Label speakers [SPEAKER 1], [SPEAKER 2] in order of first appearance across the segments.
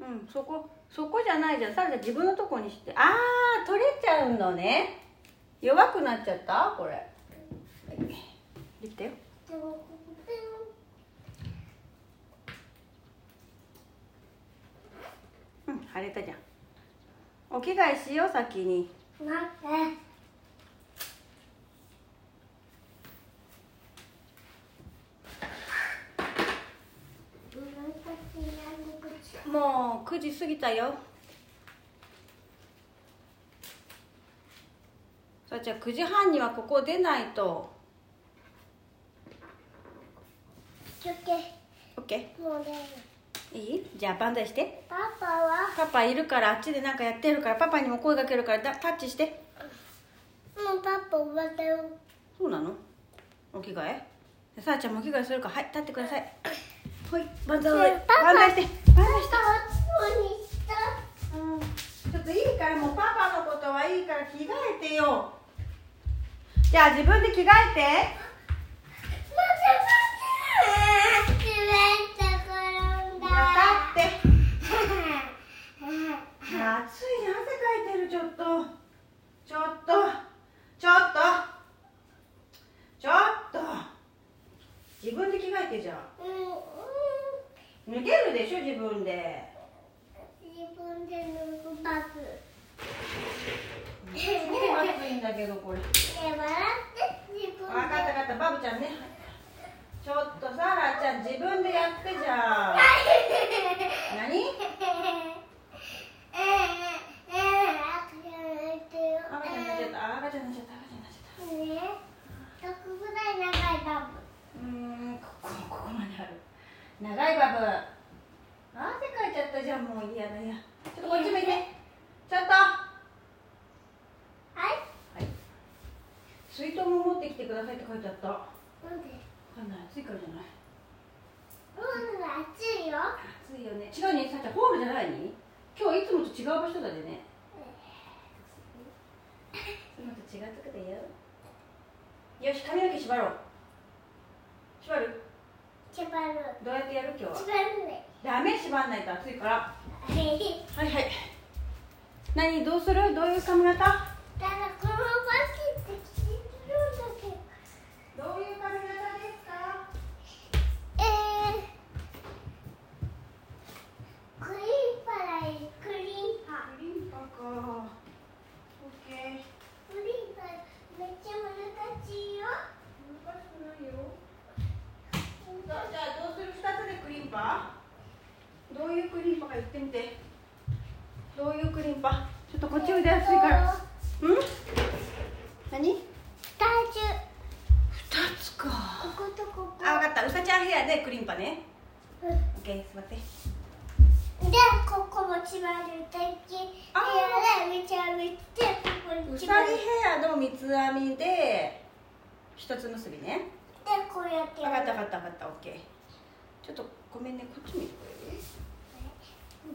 [SPEAKER 1] うんそこそこじゃないじゃんさらちゃん自分のとこにしてあ
[SPEAKER 2] あー取れちゃうのね
[SPEAKER 1] 弱くなっちゃったこれできたようん腫れたじゃんお着替えしよう先に
[SPEAKER 3] 待って
[SPEAKER 1] もう9時過ぎたよさあちゃん9時半にはここ出ないと
[SPEAKER 3] ちょっと
[SPEAKER 1] OK
[SPEAKER 3] もうね
[SPEAKER 1] いいじゃあバンザイして
[SPEAKER 3] パパは
[SPEAKER 1] パパいるからあっちでなんかやってるからパパにも声かけるからだタッチして
[SPEAKER 3] もうパパ終わったよ
[SPEAKER 1] そうなのお着替えさあちゃんもお着替えするからはい立ってください はいバンザイ
[SPEAKER 3] パパ
[SPEAKER 1] バンザイしてバン
[SPEAKER 3] パ
[SPEAKER 1] ザイして
[SPEAKER 3] パをにした
[SPEAKER 1] うんちょっといいからもうパパのことはいいから着替えてよじゃあ自分で着替えて
[SPEAKER 3] 待って待って滑って転ん
[SPEAKER 1] 分
[SPEAKER 3] だ
[SPEAKER 1] かって
[SPEAKER 3] う
[SPEAKER 1] 暑いな汗かいてるちょっとちょっとちょっとちょっと自分で着替えてじゃあ
[SPEAKER 3] んうん
[SPEAKER 1] 脱げるでしょ自分で
[SPEAKER 3] 自分で脱ぐバス
[SPEAKER 1] すごい暑いんだけどこれ
[SPEAKER 3] ね笑って自分で
[SPEAKER 1] 分かった分かったバブちゃんねちょっとさらちゃん自分でやってじゃあ
[SPEAKER 3] え
[SPEAKER 1] 何
[SPEAKER 3] えええ赤ちゃん泣いてよ
[SPEAKER 1] 赤ちゃん泣いちゃった赤ちゃん泣いちゃった赤ちゃん泣いち
[SPEAKER 3] ね
[SPEAKER 1] ゃった
[SPEAKER 3] どこぐらい長いバブ
[SPEAKER 1] うーんここここまである長いバブ汗かいちゃったじゃんもう嫌だ嫌ちょっとこっち向いてちょっとは
[SPEAKER 3] はい
[SPEAKER 1] い水筒も持ってきてくださいって書いてあったわ
[SPEAKER 3] なんで
[SPEAKER 1] かんない暑いからじゃない
[SPEAKER 3] うん暑いよ
[SPEAKER 1] 暑いよね違うねさっちゃんホールじゃないに今日いつもと違う場所だでねいつもと違うとこだよよし髪の毛縛ろう縛る
[SPEAKER 3] 縛る
[SPEAKER 1] どうやってやる今日は
[SPEAKER 3] 縛るね
[SPEAKER 1] ダメ縛んないと暑いから
[SPEAKER 3] はい
[SPEAKER 1] はいはい何どうするどういう髪
[SPEAKER 3] た
[SPEAKER 1] 型
[SPEAKER 3] だこのバスって着てるんだけど
[SPEAKER 1] どういう髪型ですか
[SPEAKER 3] えー、クリーンパライクリーンパ
[SPEAKER 1] クリンパかオッケー
[SPEAKER 3] クリーンパめっちゃ難しいよ
[SPEAKER 1] 難しくないよじゃあどうする二つでクリンパどういうクリンパか言ってみてどういうクリンパちょっとこっちおいで暑いからうん何二
[SPEAKER 3] 体重
[SPEAKER 1] つか
[SPEAKER 3] こことここ
[SPEAKER 1] あ分かったうさちゃんヘアでクリンパね
[SPEAKER 3] うん
[SPEAKER 1] オッケーすいません
[SPEAKER 3] でここも縛るだけ
[SPEAKER 1] あー
[SPEAKER 3] でめちゃめちゃここ
[SPEAKER 1] う
[SPEAKER 3] に
[SPEAKER 1] さぎ
[SPEAKER 3] 縛るで
[SPEAKER 1] ヘアの三つ編みで一つ結びね
[SPEAKER 3] こうやって
[SPEAKER 1] 分かった分
[SPEAKER 3] る
[SPEAKER 1] かった分かったオッケーちょっとごめんねこっち見てくれるあり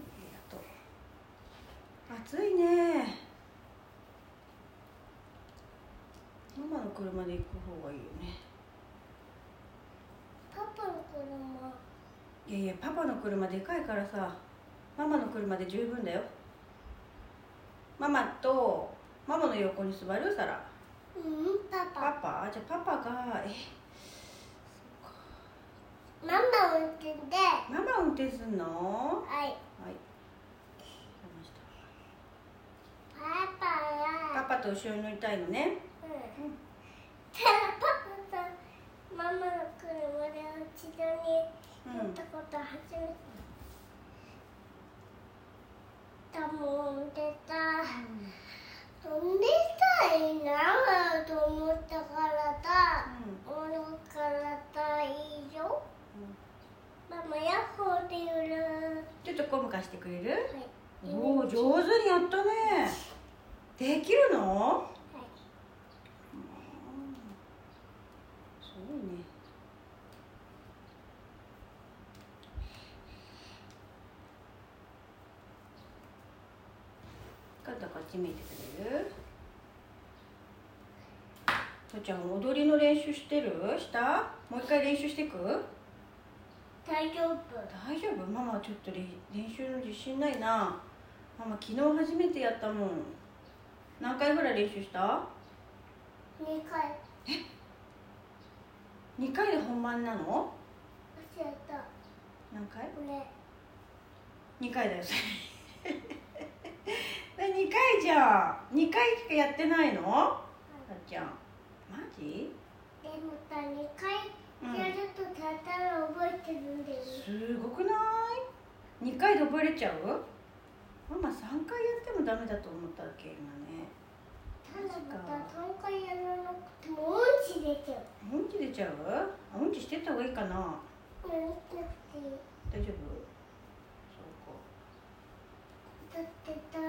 [SPEAKER 1] がとう暑いねママの車で行く方がいいよね
[SPEAKER 3] パパの子供
[SPEAKER 1] いやいやパパの車でかいからさママの車で十分だよママとママの横に座るサラ
[SPEAKER 3] うんパ
[SPEAKER 1] パ
[SPEAKER 3] パ
[SPEAKER 1] パあじゃあパパがえ
[SPEAKER 3] ママ運転では
[SPEAKER 1] ママ運転すんの
[SPEAKER 3] い
[SPEAKER 1] はいわかりました
[SPEAKER 3] パパが
[SPEAKER 1] パパと後ろに乗りたいのね
[SPEAKER 3] うんただパパとママの車で一度に乗ったこと初めてだもんでた飛んでたいなと思ったからだ
[SPEAKER 1] う
[SPEAKER 3] 思うからだいいよ
[SPEAKER 1] ん、うん
[SPEAKER 3] ママヤッホーで売る
[SPEAKER 1] ちょっとゴム貸してくれる
[SPEAKER 3] はい
[SPEAKER 1] おお上手にやったねできるの
[SPEAKER 3] はい
[SPEAKER 1] すごいねちょっとこっち見てくれるとちゃん踊りの練習してるしたもう一回練習してく
[SPEAKER 3] だ大丈夫
[SPEAKER 1] 大丈夫ママちょっとれ練習の自信ないなママ昨日初めてやったもん何回ぐらい練習した
[SPEAKER 3] 2回
[SPEAKER 1] 2回で本番なの
[SPEAKER 3] 教えた
[SPEAKER 1] 何回
[SPEAKER 3] これ
[SPEAKER 1] 2回だよそれ2回じゃん2回しかやってないのさっちゃんマジ
[SPEAKER 3] でもさ2回やるとたたら覚えてるんだよね
[SPEAKER 1] すごくない2回で覚えれちゃうママ3回やってもダメだと思ったっけ今ね
[SPEAKER 3] ただまた3回やらなくてもうんち出ちゃう
[SPEAKER 1] うんち出ちゃうあうんちしてった方がいいかな
[SPEAKER 3] うんだって
[SPEAKER 1] 大丈夫そうか
[SPEAKER 3] だってた
[SPEAKER 1] うん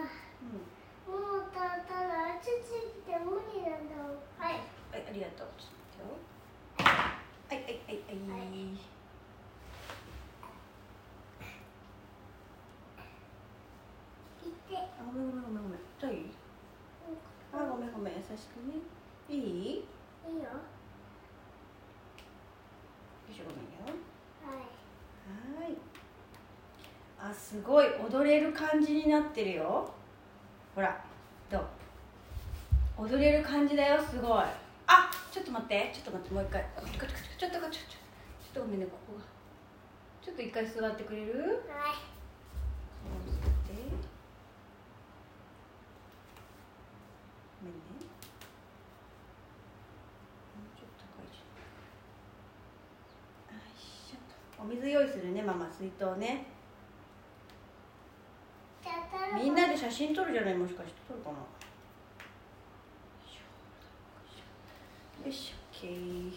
[SPEAKER 3] もうたたら暑すぎて無理なんだもんはい
[SPEAKER 1] はい、ありがとう。ちょっと待ってよ。はい、はい、はい、はい。
[SPEAKER 3] 行って
[SPEAKER 1] あ、ごめん、ごめん、ごめん、ごめん。痛い。あ、ごめん、ごめん、優しくね。いい。
[SPEAKER 3] いいよ
[SPEAKER 1] よいしょ、ごめんよ。
[SPEAKER 3] はい
[SPEAKER 1] はーい。あ、すごい、踊れる感じになってるよ。ほら、どう。踊れる感じだよ、すごい。あ、ちょっと待って、ちょっと待って、もう一回。ちょっと、ちょっと、ちょっと、ちょっと、ちょっとごめんね、ここが。ちょっと一回座ってくれる。
[SPEAKER 3] はい
[SPEAKER 1] こうしてごめんねもうちょっと高いしよいしょお水用意するねママ水筒ね
[SPEAKER 3] たたら
[SPEAKER 1] みんなで写真撮るじゃないもしかして撮るかなよいしょよいしょよいし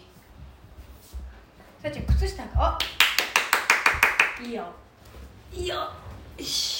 [SPEAKER 1] ょ OK さあちゃん靴下あいいよいいよよし